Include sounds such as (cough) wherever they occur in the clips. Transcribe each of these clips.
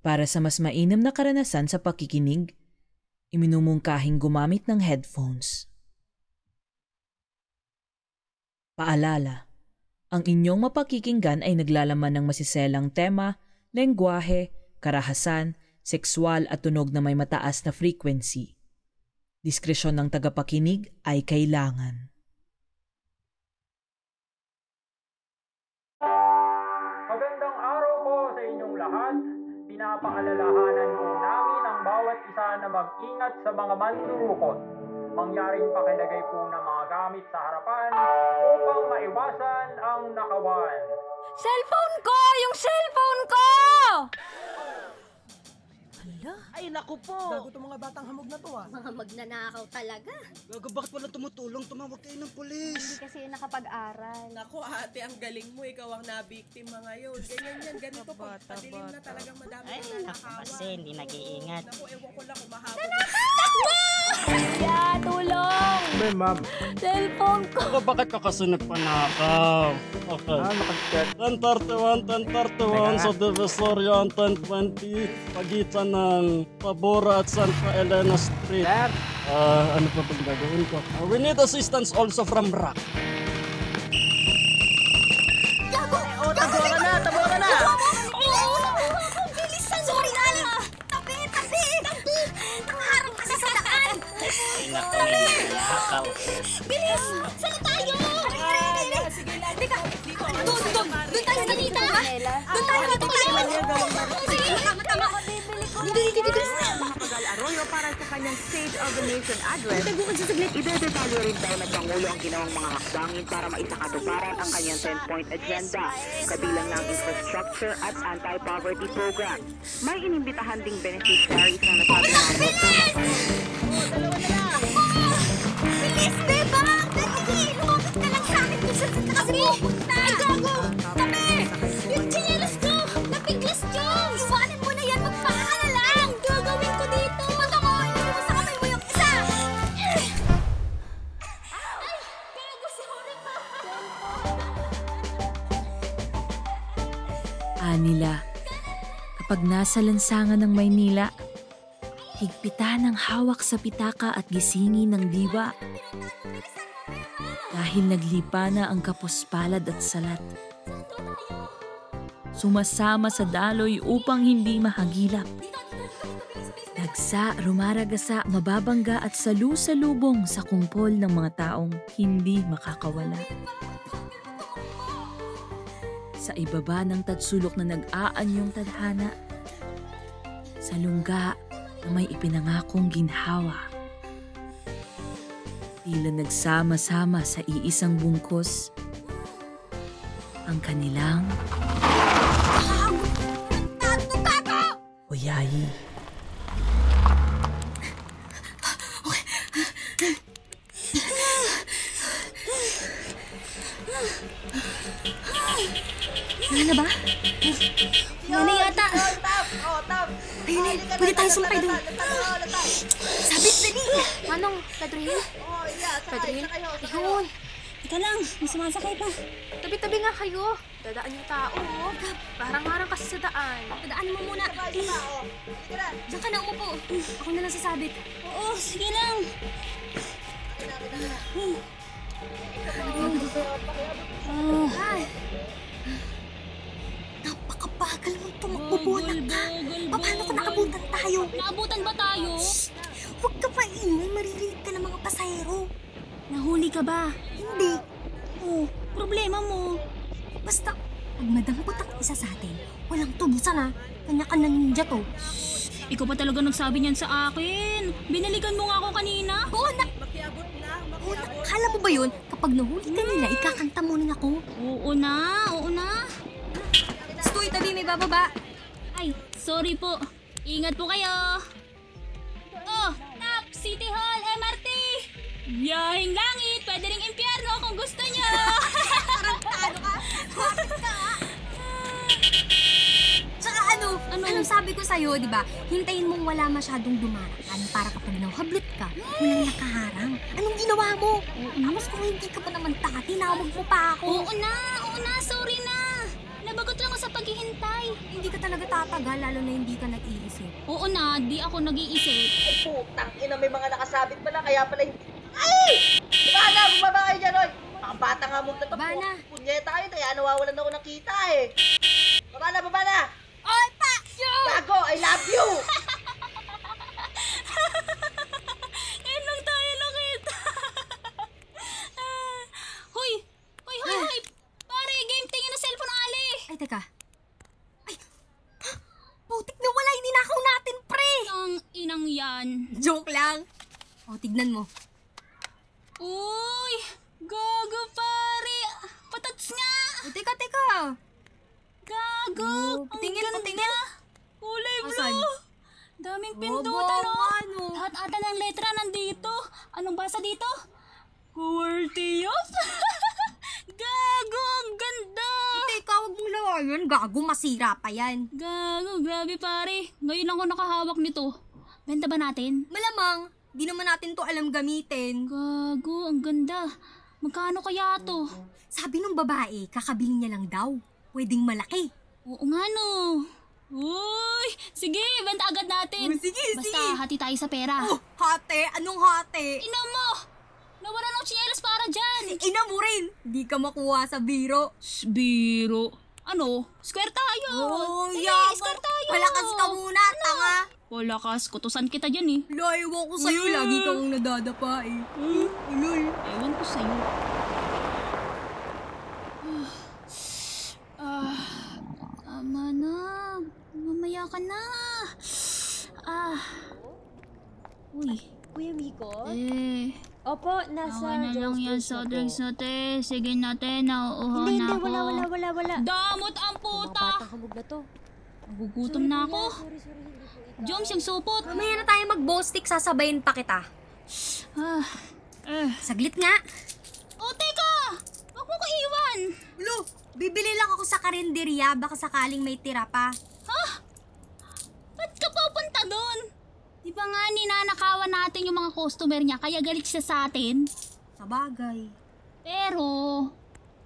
Para sa mas mainam na karanasan sa pakikinig, iminumungkahing gumamit ng headphones. Paalala, ang inyong mapakikinggan ay naglalaman ng masiselang tema, lengguwahe, karahasan, sexual at tunog na may mataas na frequency. Diskresyon ng tagapakinig ay kailangan. Magandang araw po sa inyong lahat. Pinapaalalahanan po namin ang bawat isa na mag-ingat sa mga mandurukot. Mangyaring pakilagay po ng mga gamit sa harapan upang maiwasan ang nakawan. Cellphone ko! Yung cellphone ko! Hala? Ay, naku po! Gago tong mga batang hamog na to ah. Mga magnanakaw talaga. Gago, bakit wala tumutulong? Tumawag kayo ng Hindi pulis! kasi nakapag-aral. Nako ate, ang galing mo. Ikaw ang nabiktima ngayon. Ganyan yan, ganito po. Bata, Madilim na talagang madami Ay, na naku, kasi hindi nag-iingat. Naku, ewan ko lang kung mahaba. Yeah, tulong! Siyempre, ma'am. Cellphone ko! Ako, bakit kakasunod pa na ako? Okay. Ano? Ah, nakag-check. 1031, 1031 sa Divisoria 1020, pagitan ng Tabora at Santa Elena Street. Sir, Ah, ano pa bang gagawin ko? Ah, we need assistance also from Rock. Oh, tabuha na! Tabuha ka na! Ang bilis na! Sorry na! Tabi! Tabi! Nakaharap kasi sa daan! Tabi! Bilis! Saan tayo? Sige lang! Teka! Doon! Doon! Doon tayo kanita! Doon tayo! Dito tayo! Sige! Tama! Tama! Hindi! Hindi! Hindi! Magal Arroyo para sa kanyang State of the Nation address. Taguan sa saglit. Idedetalyo rin tayo ng Pangulo ang ginawang mga hakbangin para maisakatuparan ang kanyang 10-point agenda, kabilang ng infrastructure at anti-poverty program. May inimbitahan ding beneficiaries na nasabi ng Bilis, Beba! Okay, lumapit ka lang sa akin kung saan ka kasi pupunta! Ay, gago! Tabi! Yung chinelas ko! Napiglas ko! Iwanan mo na yan! Magpakala na lang! Gagawin ko dito! Pagkakoy! Lagay mo sa kamay mo yung isa! Ay, gago! Sorry pa! Anila, kapag nasa lansangan ng Maynila, higpitan ang hawak sa pitaka at gisingin ng diwa. Dahil naglipa na ang kapos palad at salat. Sumasama sa daloy upang hindi mahagilap. Dagsa, rumaragasa, mababangga at salu-salubong sa kumpol ng mga taong hindi makakawala. Sa ibaba ng tadsulok na nag-aanyong tadhana, sa lungga na may ipinangakong ginhawa. Tila nagsama-sama sa iisang bungkos ang kanilang Tago! Tago! Oyayi. Wala na ba? Wala na yata! Oh, Ayun na, pwede tayo sumpay doon! Sabit, dali! Manong, Pedroil? Pedroil? Ayun! Teka lang, may sumasakay pa. Tabi-tabi nga kayo. Dadaan yung tao, oh. Parang harang kasi sa daan. Dadaan mo muna. Diyan ka na umupo. Ako na lang sasabit. Oo, sige lang. Ay. Napakabagal mong tumakbo, buwan ka. Paano kung naabutan tayo? Naabutan ba tayo? Shh! Huwag ka pa ingay, maririnig ka ng mga pasahero. Nahuli ka ba? Hindi. Oh, problema mo. Basta, pag madampot ang isa sa atin, walang tubusan ha. Kanya ka ng ninja to. Ikaw pa talaga nagsabi niyan sa akin. Binalikan mo nga ako kanina. Buwan Makiabot lang, Buwan makiabot. Kala mo ba yun? Kapag nahuli ka nila, ikakanta mo rin ako. Hmm. Oo na, oo na. Stoy, tabi, may bababa. Ay, sorry po. Ingat po kayo. Oh, Tap! City Hall, MRT! Yahing langit! Pwede rin impyerno kung gusto nyo! (laughs) Tsaka ano, ano? anong sabi ko sa'yo, di ba? Hintayin mong wala masyadong dumaraan para kapag nauhablot ka, walang nakaharang. Anong ginawa mo? Amos kung hindi ka pa naman tati, tinawag mo pa ako. oo na, oo na, sorry na! Nabagot lang ako sa pag maghihintay. Hindi ka talaga tatagal, lalo na hindi ka nag-iisip. Oo na, di ako nag-iisip. Ay, putang ina, may mga nakasabit pala, kaya pala hindi. Ay! Bana, bumaba kayo dyan, oy! Mga bata nga mong tatok. Bana. Punyeta kayo, kaya nawawalan ako ng kita, eh. Baba na, baba na! Oy, pa! (laughs) Yo! Gago, I love you! Ilang tayo nakita! (laughs) Ah, hoy! Hoy, hoy, hoy! Pare, game tingin na cellphone ali! Ay, teka. Ay! Putik na wala, ninakaw natin, pre! Ang inang yan. Joke lang. O, tignan mo. Uy! Gago, pare! Patats nga! O, teka, teka. Gago! Oh, ang patingin, ganda! patingin. Kulay Asan? blue! Daming pindutan, Pindutan oh! ano? Lahat ata ng letra nandito. Anong basa dito? Quartios? (laughs) Gago! Ang ganda! Teka, huwag mong lawayan. Gago, masira pa yan. Gago, grabe pare. Ngayon lang ako nakahawak nito. Benta ba natin? Malamang, di naman natin to alam gamitin. Gago, ang ganda. Magkano kaya to? Sabi ng babae, kakabili niya lang daw. Pwedeng malaki. Oo nga no. Uy! Sige, benta agad natin. Oh, sige, Basta sige. hati tayo sa pera. Oh, hate? Anong hate? Ina mo! Nawala ng tsinelas para dyan! Ina mo rin! Di ka makuha sa biro. Biro. Ano? Square tayo! Oh, Dali, yaman. square tayo! Palakas ka muna, tanga! Palakas, kutusan kita dyan eh. Layo ko sa'yo, Mm. lagi kang nadadapa eh. Mm. Ulol. Hmm? Ewan ko sa'yo. Ah, tama na. Mamaya ka na. Ah. Uy. Kuya Miko? Eh, Opo, nasa awa na lang Jones yan Boys na soft po. drinks natin. Sige natin, nauuhaw Hindi, na hindi, ako. wala, wala, wala, wala. Damot ang Mga puta! batang hamog na to. Gugutom na ako. Sorry, sorry, hindi po ikaw. Joms, yung supot. Mamaya na tayo mag-bostik, sasabayin pa kita. Ah. Eh. Saglit nga. Oh, teka! Huwag mo ko iwan! Lo, bibili lang ako sa karinderya, baka sakaling may tira pa. Ba't ka pupunta doon? Di ba nga ninanakawan natin yung mga customer niya kaya galit siya sa atin? Sabagay. Pero,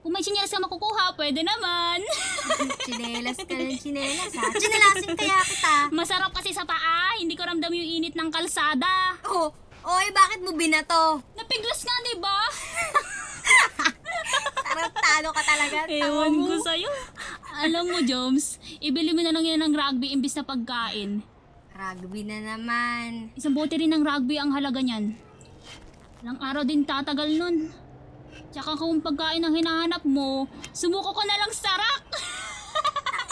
kung may tsinelas ka makukuha, pwede naman. (laughs) Chinelas ka ng chinelas ha. Chinelasin kaya kita. Masarap kasi sa paa, hindi ko ramdam yung init ng kalsada. Oh, oy, bakit mo binato? Napiglas nga, di ba? Tarantado ka talaga. tama Ewan mo. ko sa'yo. Alam mo, Joms, ibili mo na lang yan ng rugby imbis na pagkain. Rugby na naman. Isang bote rin ng rugby ang halaga niyan. Ilang araw din tatagal nun. Tsaka kung pagkain ang hinahanap mo, sumuko ko na lang sarak!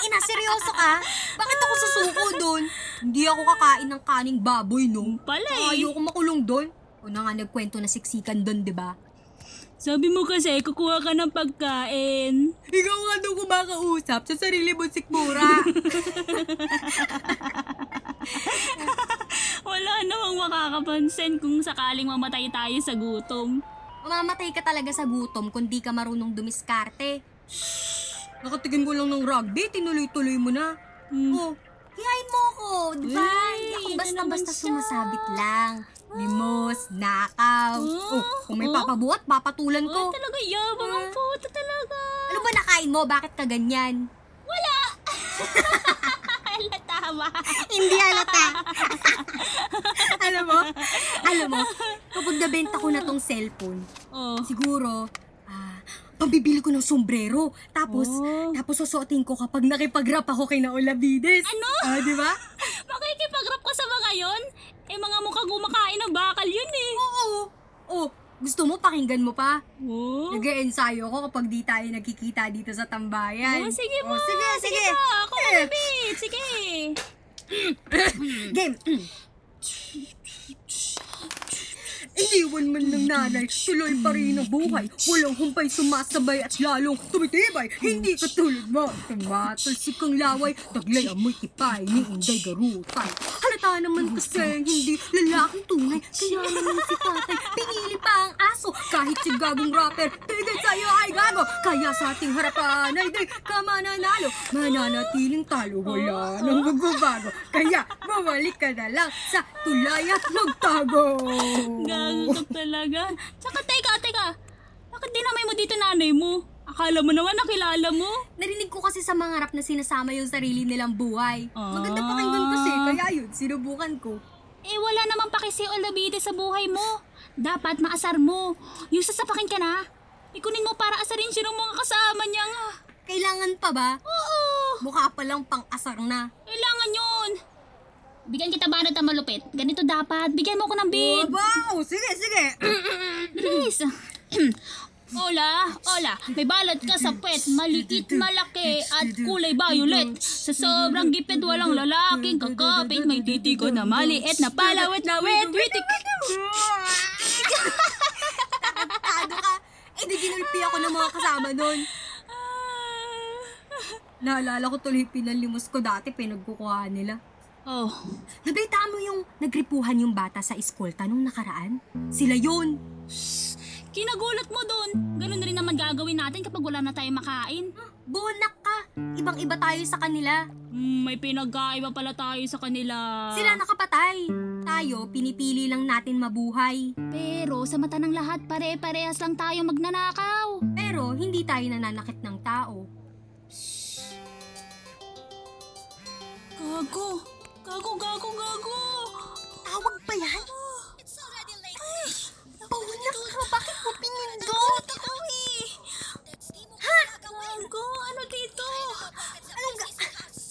Ina, seryoso ka? Bakit ako susuko doon? Hindi ako kakain ng kaning baboy, no? Pala eh. Tsaka Ayoko makulong doon. Una nga nagkwento na siksikan doon, di (laughs) ba? Sabi mo kasi, kukuha ka ng pagkain. Ikaw nga daw kumakausap sa sarili mong sikmura. Wala namang makakapansin kung sakaling mamatay tayo sa gutom. Mamamatay ka talaga sa gutom kung di ka marunong dumiskarte. Nakatingin ko lang ng rugby, tinuloy-tuloy mo na. Mm. Oh, hihain mo ako, di Uy, ba? Hindi ako ano basta-basta naman siya? sumasabit lang. Limos, nakaw. Oh, Oh, kung may oh. papabuhat, papatulan Uy, ko. talaga yabang ang puto talaga. Ano ba nakain mo? Bakit ka ganyan? Ala, tama. Hindi (laughs) halata. alam mo? Alam mo, kapag nabenta ko na tong cellphone, Oh. siguro, ah, pambibili ko ng sombrero. Tapos, Oh. tapos susuotin ko kapag nakipag-rap ako kay Naolabides. Ano? Ah, di ba? Makikipagrap ka sa mga yon? Eh, mga mukha gumakain ng bakal yun eh. Oo. Oh, gusto mo pakinggan mo pa? Oh. Nag-ensayo ko kapag di tayo nagkikita dito sa tambayan. Oh, sige mo. Oh, sige, sige. pa. Ako Eh. malapit. Sige. Game. Iniwan man ng nanay, tuloy pa rin ang buhay. Walang humpay sumasabay at lalong tumitibay. Hindi katulad mo. Tumatalsik kang laway, taglay amoy tipay ni Inday Garutay. Halata naman kasi hindi lalaking tunay. Kaya naman si tatay, pinili pa ang aso. Kahit si gagong rapper, tigil sa'yo ay gago. Kaya sa ating harapan ay di ka mananalo. Mananatiling talo, wala nang magbabago. Kaya bumalik ka na lang sa tulay at magtago. Gago ka talaga. Tsaka, teka, teka. Bakit dinamay mo dito nanay mo? Akala mo naman nakilala mo. Narinig ko kasi sa mga rap na sinasama yung sarili nilang buhay. Ah. Maganda pakinggan kasi, kaya yun, sinubukan ko. Eh, wala naman pa kasi olabide sa buhay mo. Dapat maasar mo. Yung sasapakin ka na. Ikunin mo para asarin siya ng mga kasama niya nga. Kailangan pa ba? Oo! Mukha pa lang pang-asar na. Kailangan yun! Bigyan kita ba na malupit? Ganito dapat. Bigyan mo ko ng bid. Wow! Sige, sige! (clears throat) Please. Ola, ola, may balat ka sa pet, maliit, malaki, at kulay violet. Sa sobrang gipit, walang lalaking kakapit, may titi ko na maliit na palawit-lawit, witik! Tado ka! (clears throat) Eh di ginulpi ako ng mga kasama nun. Ah. Naalala ko tuloy pinalimos ko dati, pinagkukuha nila. Oh. Nabita mo yung nagripuhan yung bata sa eskolta nung nakaraan? Sila yun! Kinagulat mo dun! Ganun rin naman gagawin natin kapag wala na tayong makain. Bunak ka! Ibang-iba tayo sa kanila. Mm, may pinagkaiba pala tayo sa kanila. Ah. Sila nakapatay. Tayo, pinipili lang natin mabuhay. Pero sa mata ng lahat, pare-parehas lang tayo magnanakaw. Pero hindi tayo nananakit ng tao. Gago! Gago, gago, gago! Ah. Tawag pa yan? It's already late. Bunak ka! Bakit mo Nagulat ako eh! Ha? Gago, ano dito? Anong ga...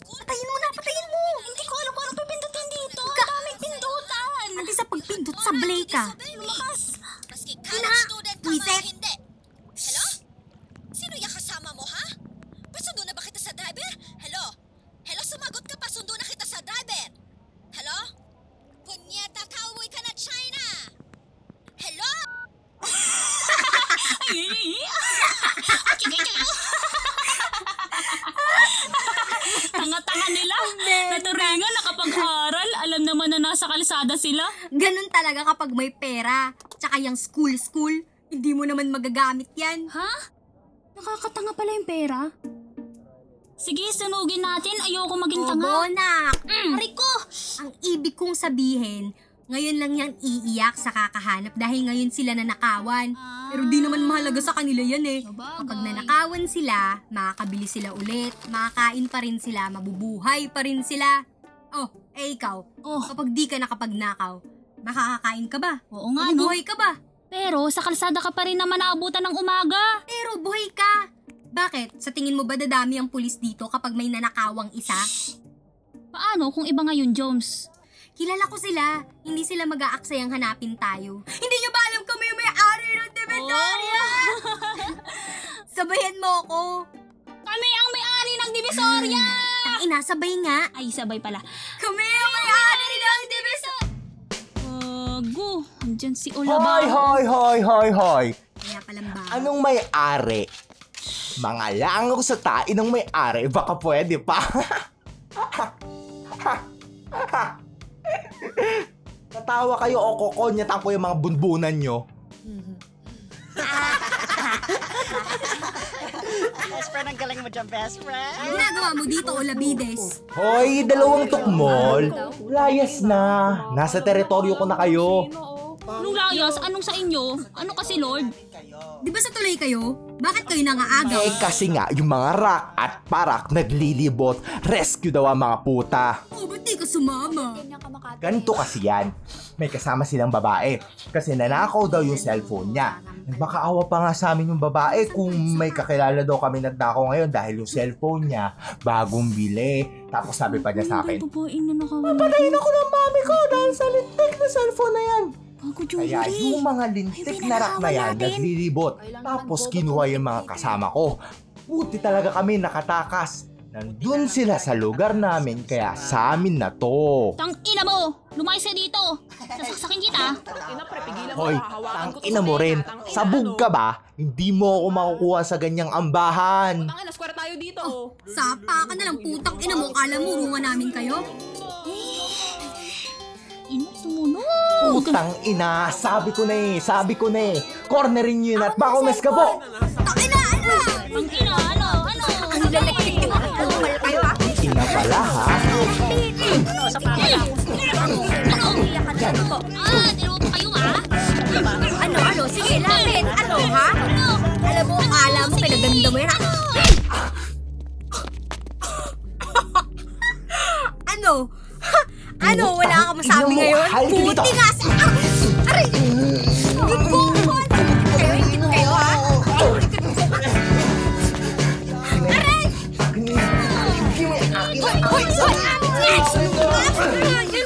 Patayin mo na! Patayin mo! Hindi ko alam kung anong pipindutin dito. Ang daming pindutan. Ate sa pagpindot sa ah. blay ka! Lumakas. Ina! Wiset! Hello? Sino yung kasama mo, ha? Pasundo na ba kita sa driver? Hello? Hello, sumagot ka. Pasundo na kita sa driver. Hello? Punyeta, kauwi ka na China. Hello? (laughs) Tanga-tanga nila. Naturingan, nakapag-aral. Alam naman na nasa kalsada sila. Ganun talaga kapag may pera. Tsaka yung school-school, hindi mo naman magagamit yan. Ha? Nakakatanga pala yung pera. Sige, sunugin natin. Ayoko maging tanga. Oo, nak. Mm. Aray ko! Ang ibig kong sabihin, ngayon lang yan iiyak sa kakahanap dahil ngayon sila nanakawan. Pero di naman mahalaga sa kanila yan eh. Kapag nanakawan sila, makakabili sila ulit, makakain pa rin sila, mabubuhay pa rin sila. Oh, eh ikaw, Oh. kapag di ka nakapagnakaw, makakakain ka ba? Oo nga, no? Mabubuhay ka ba? Pero sa kalsada ka pa rin naman naabutan ng umaga. Pero buhay ka! Bakit? Sa tingin mo ba dadami ang pulis dito kapag may nanakawang isa? Paano kung iba ngayon, Jones? Kilala ko sila. Hindi sila mag-aaksayang hanapin tayo. Hindi nyo ba alam kami yung may-ari ng Divisoria? (laughs) Sabayan mo ako. Kami ang may-ari ng Divisoria! Hmm. Ang inasabay nga. Ay, sabay pala. Kami ang may-ari ng Divisoria! Gago, andyan si Hoy, Olaba. hoy, hoy, hoy, hoy. Kaya palang ba? Anong may-ari? Mga langaw sa tain ng may-ari, baka pwede pa. Natawa kayo o kokonyatan ko yung mga bunbunan nyo. best friend, ang galing mo dyan, best friend. Ang ginagawa mo dito, Olabides? Hoy, dalawang tukmol. Layas na. Nasa teritoryo ko na kayo. Anong layas? Anong sa inyo? Ano kasi, Lord? Di ba sa tuloy kayo? Bakit kayo nangaagaw? Eh kasi nga, yung mga rak at parak naglilibot. Rescue daw ang mga puta. Oh, ba't di ka sumama? Ganito kasi yan. May kasama silang babae. Kasi nanakaw daw yung cellphone niya. Nagmakaawa pa nga sa amin yung babae kung may kakilala daw kami nagnakaw ngayon dahil yung cellphone niya bagong bili. Tapos sabi pa niya sa akin, Babaeng na nakawa. Papatayin ako ng mami ko dahil sa lintik na cellphone na yan. Gago, Kaya yung mga lintik na rak na yan naglilibot. Tapos kinuha yung mga kasama ko. Puti talaga kami nakatakas. Nandun sila sa lugar namin kaya sa amin na to. Tang ina mo! Lumayas ka dito! Sasaksakin kita! Hoy, tang ina ano? mo rin. Sabog ka ba? Hindi mo ako makukuha sa ganyang ambahan. Ang square tayo dito. Oh. Sapa ka na lang, putang ina mo. Kala mo, rungan namin kayo? Eh, Ina, sumunog! Putang ina, sabi ko na eh, sabi ko na eh. Cornerin nyo yun at bako mes ka po. Ang ina, ano? Ano? Ang lalaki mo. Tumal kayo ah. Ina pala ha? Ano, sa pangit ako. Ah, dalawa pa kayo ah! Ano, ano? Sige, lapit. Ano, ha? Alam mo, akala mo pinaganda mo Ano? Ha? Ano? Wala ka masabi Tingnan mo, ngayon? hayop yun Puti ito. nga si... Ah! Aray! Ikot ko! Kayo, ikot kayo, ha? Ikot ko! Aray! Hoy! Hoy! Hoy! Amin yan! Amin yan! Yan eh!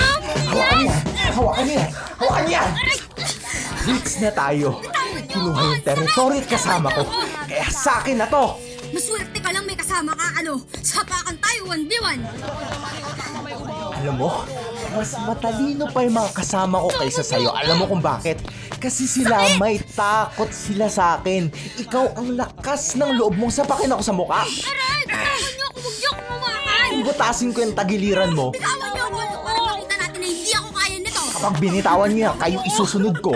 Amin Hawakan yan! niya! Hawakan niya! Hawakan niya! Leaks na tayo. Kinuha yung territory at kasama ko. Kaya sa akin na to! Maswerte ka lang may kasama ka, ano? Sapakan tayo, 1v1! Alam mo, mas matalino pa yung mga kasama ko kaysa sa'yo. Alam mo kung bakit? Kasi sila may takot sila sa akin. Ikaw ang lakas ng loob mong sapakin ako sa mukha. Aray! Tatawan niyo ako! Huwag niyo ako mawakan! Butasin ko yung tagiliran mo. Bitawan niyo ako para makita natin na hindi ako kaya nito! Kapag binitawan niya, kayo isusunod ko.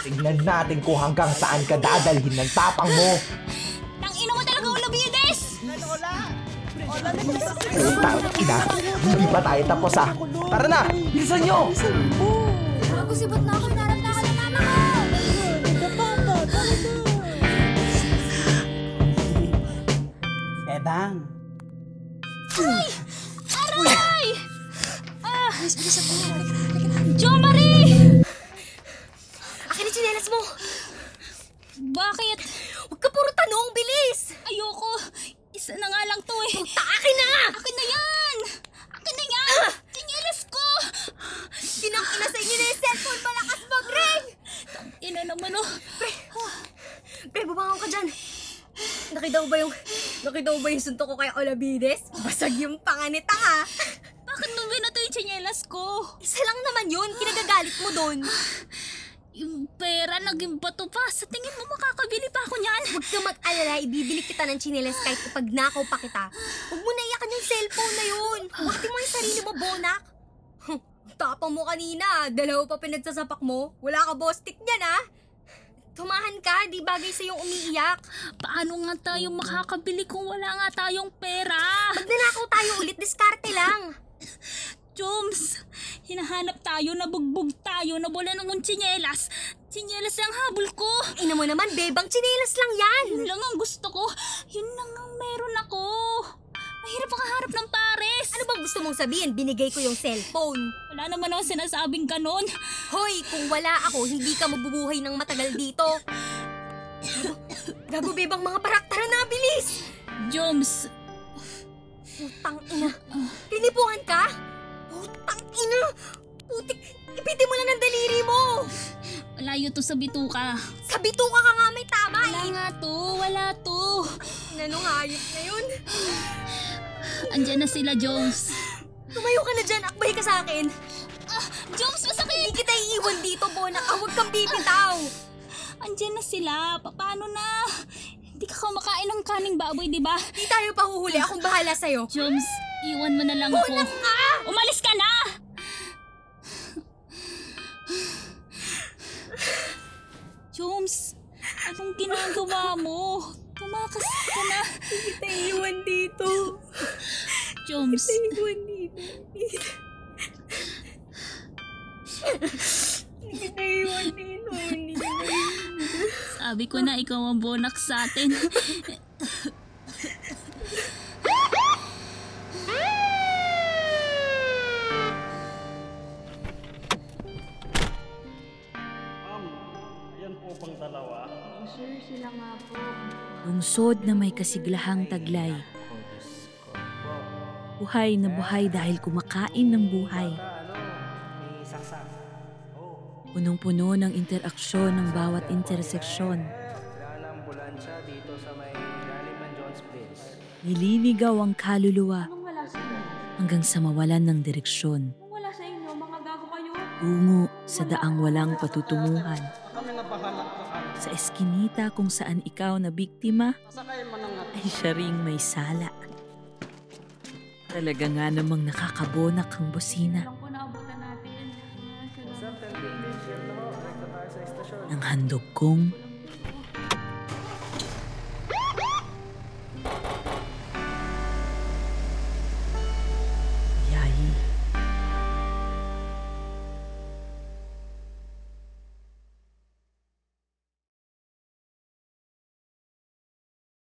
Tignan natin kung hanggang saan ka dadalhin ng tapang mo. Tang ina mo talaga, Olobides! Ano, Ola? Putang ina, hindi pa tayo tapos ah. Tara na, bilisan nyo! Ako si Bat na ako, inarap na ako ng mama ko! Ebang. Aray! Ah! Jo Marie! Akin ang tsinelas mo! Bakit? Huwag ka puro tanong, bilis! Ayoko! Isa na nga lang to eh! Ta, akin na nga! Akin na yan! Akin na yan! Tinilis ko! Kinakina sa inyo na yung cellphone, malakas mag-ring! Ina naman oh! Pre, bumangon ka dyan! Nakita mo ba yung, nakita mo ba yung suntok ko kay Olabides? Basag yung panganita ha! Bakit mo binato yung tsinelas ko? Isa lang naman yun, kinagagalit mo doon. Yung pera naging bato pa. Sa tingin mo makakabili pa ako niyan? Huwag ka mag-alala, ibibili kita ng tsinelas kahit kapag nakaw pa kita. Huwag mo naiyakan yung cellphone na yun. Ah. Bakit mo yung sarili mo, Bonak? Huh, Tapang mo kanina, ah. dalawa pa pinagsasapak mo. Wala ka bostik niyan, ha? Tumahan ka, di bagay sa yung umiiyak. Paano nga tayo makakabili kung wala nga tayong pera? Magnanakaw tayo ulit, diskarte (laughs) lang. Joms, hinahanap tayo, nabugbog tayo, nabula ng mong tsinelas. Tsinelas ang habol ko. Ina mo naman, bebang tsinelas lang yan. Yun lang ang gusto ko. Yun lang ang meron ako. Mahirap makaharap ng pares. Ano bang gusto mong sabihin? Binigay ko yung cellphone. Wala naman ako sinasabing ganon. Hoy, kung wala ako, hindi ka mabubuhay ng matagal dito. Gago, bebang mga parak, tara na, bilis! Joms, Putang ina! Pinipuan ka? Putang ina! Putik! Ipitin mo na ng daliri mo! layo to sa bituka. Sa bituka ka nga may tama Wala eh! nga to, wala to. Nanong hayop na yun? Andyan na sila, Joms. Ah, Tumayo ka na dyan, akbay ka sa akin! Joms, masakit! Hindi kita iiwan dito, Bona! Ah, huwag kang bibitaw! Andyan na sila. Pa- Paano na? Hindi ka kumakain ng kaning baboy, di ba? Di tayo pahuhuli, akong bahala sa'yo! Joms, iwan mo na lang ako. Bona ka! Umalis ka na! Joms, anong ginagawa mo? Tumakas ka na. Kita iiwan dito! Joms, Iiwan dito! Kita iiwan dito! Hindi kita sabi ko na ikaw ang bonak sa atin. Ma'am, ayan po bang dalawa? Lungsod na may kasiglahang taglay. Buhay na buhay dahil kumakain ng buhay. Punong-puno ng interaksyon ng bawat interseksyon. Nililigaw ang kaluluwa hanggang sa mawalan ng direksyon. Wala sa inyo, mga gago kayo. Tungo sa daang walang patutunguhan. Sa eskinita kung saan ikaw na biktima ay siya ring may sala. Talaga nga namang nakakabonak ang busina Kung naabutan natin. ng handog kong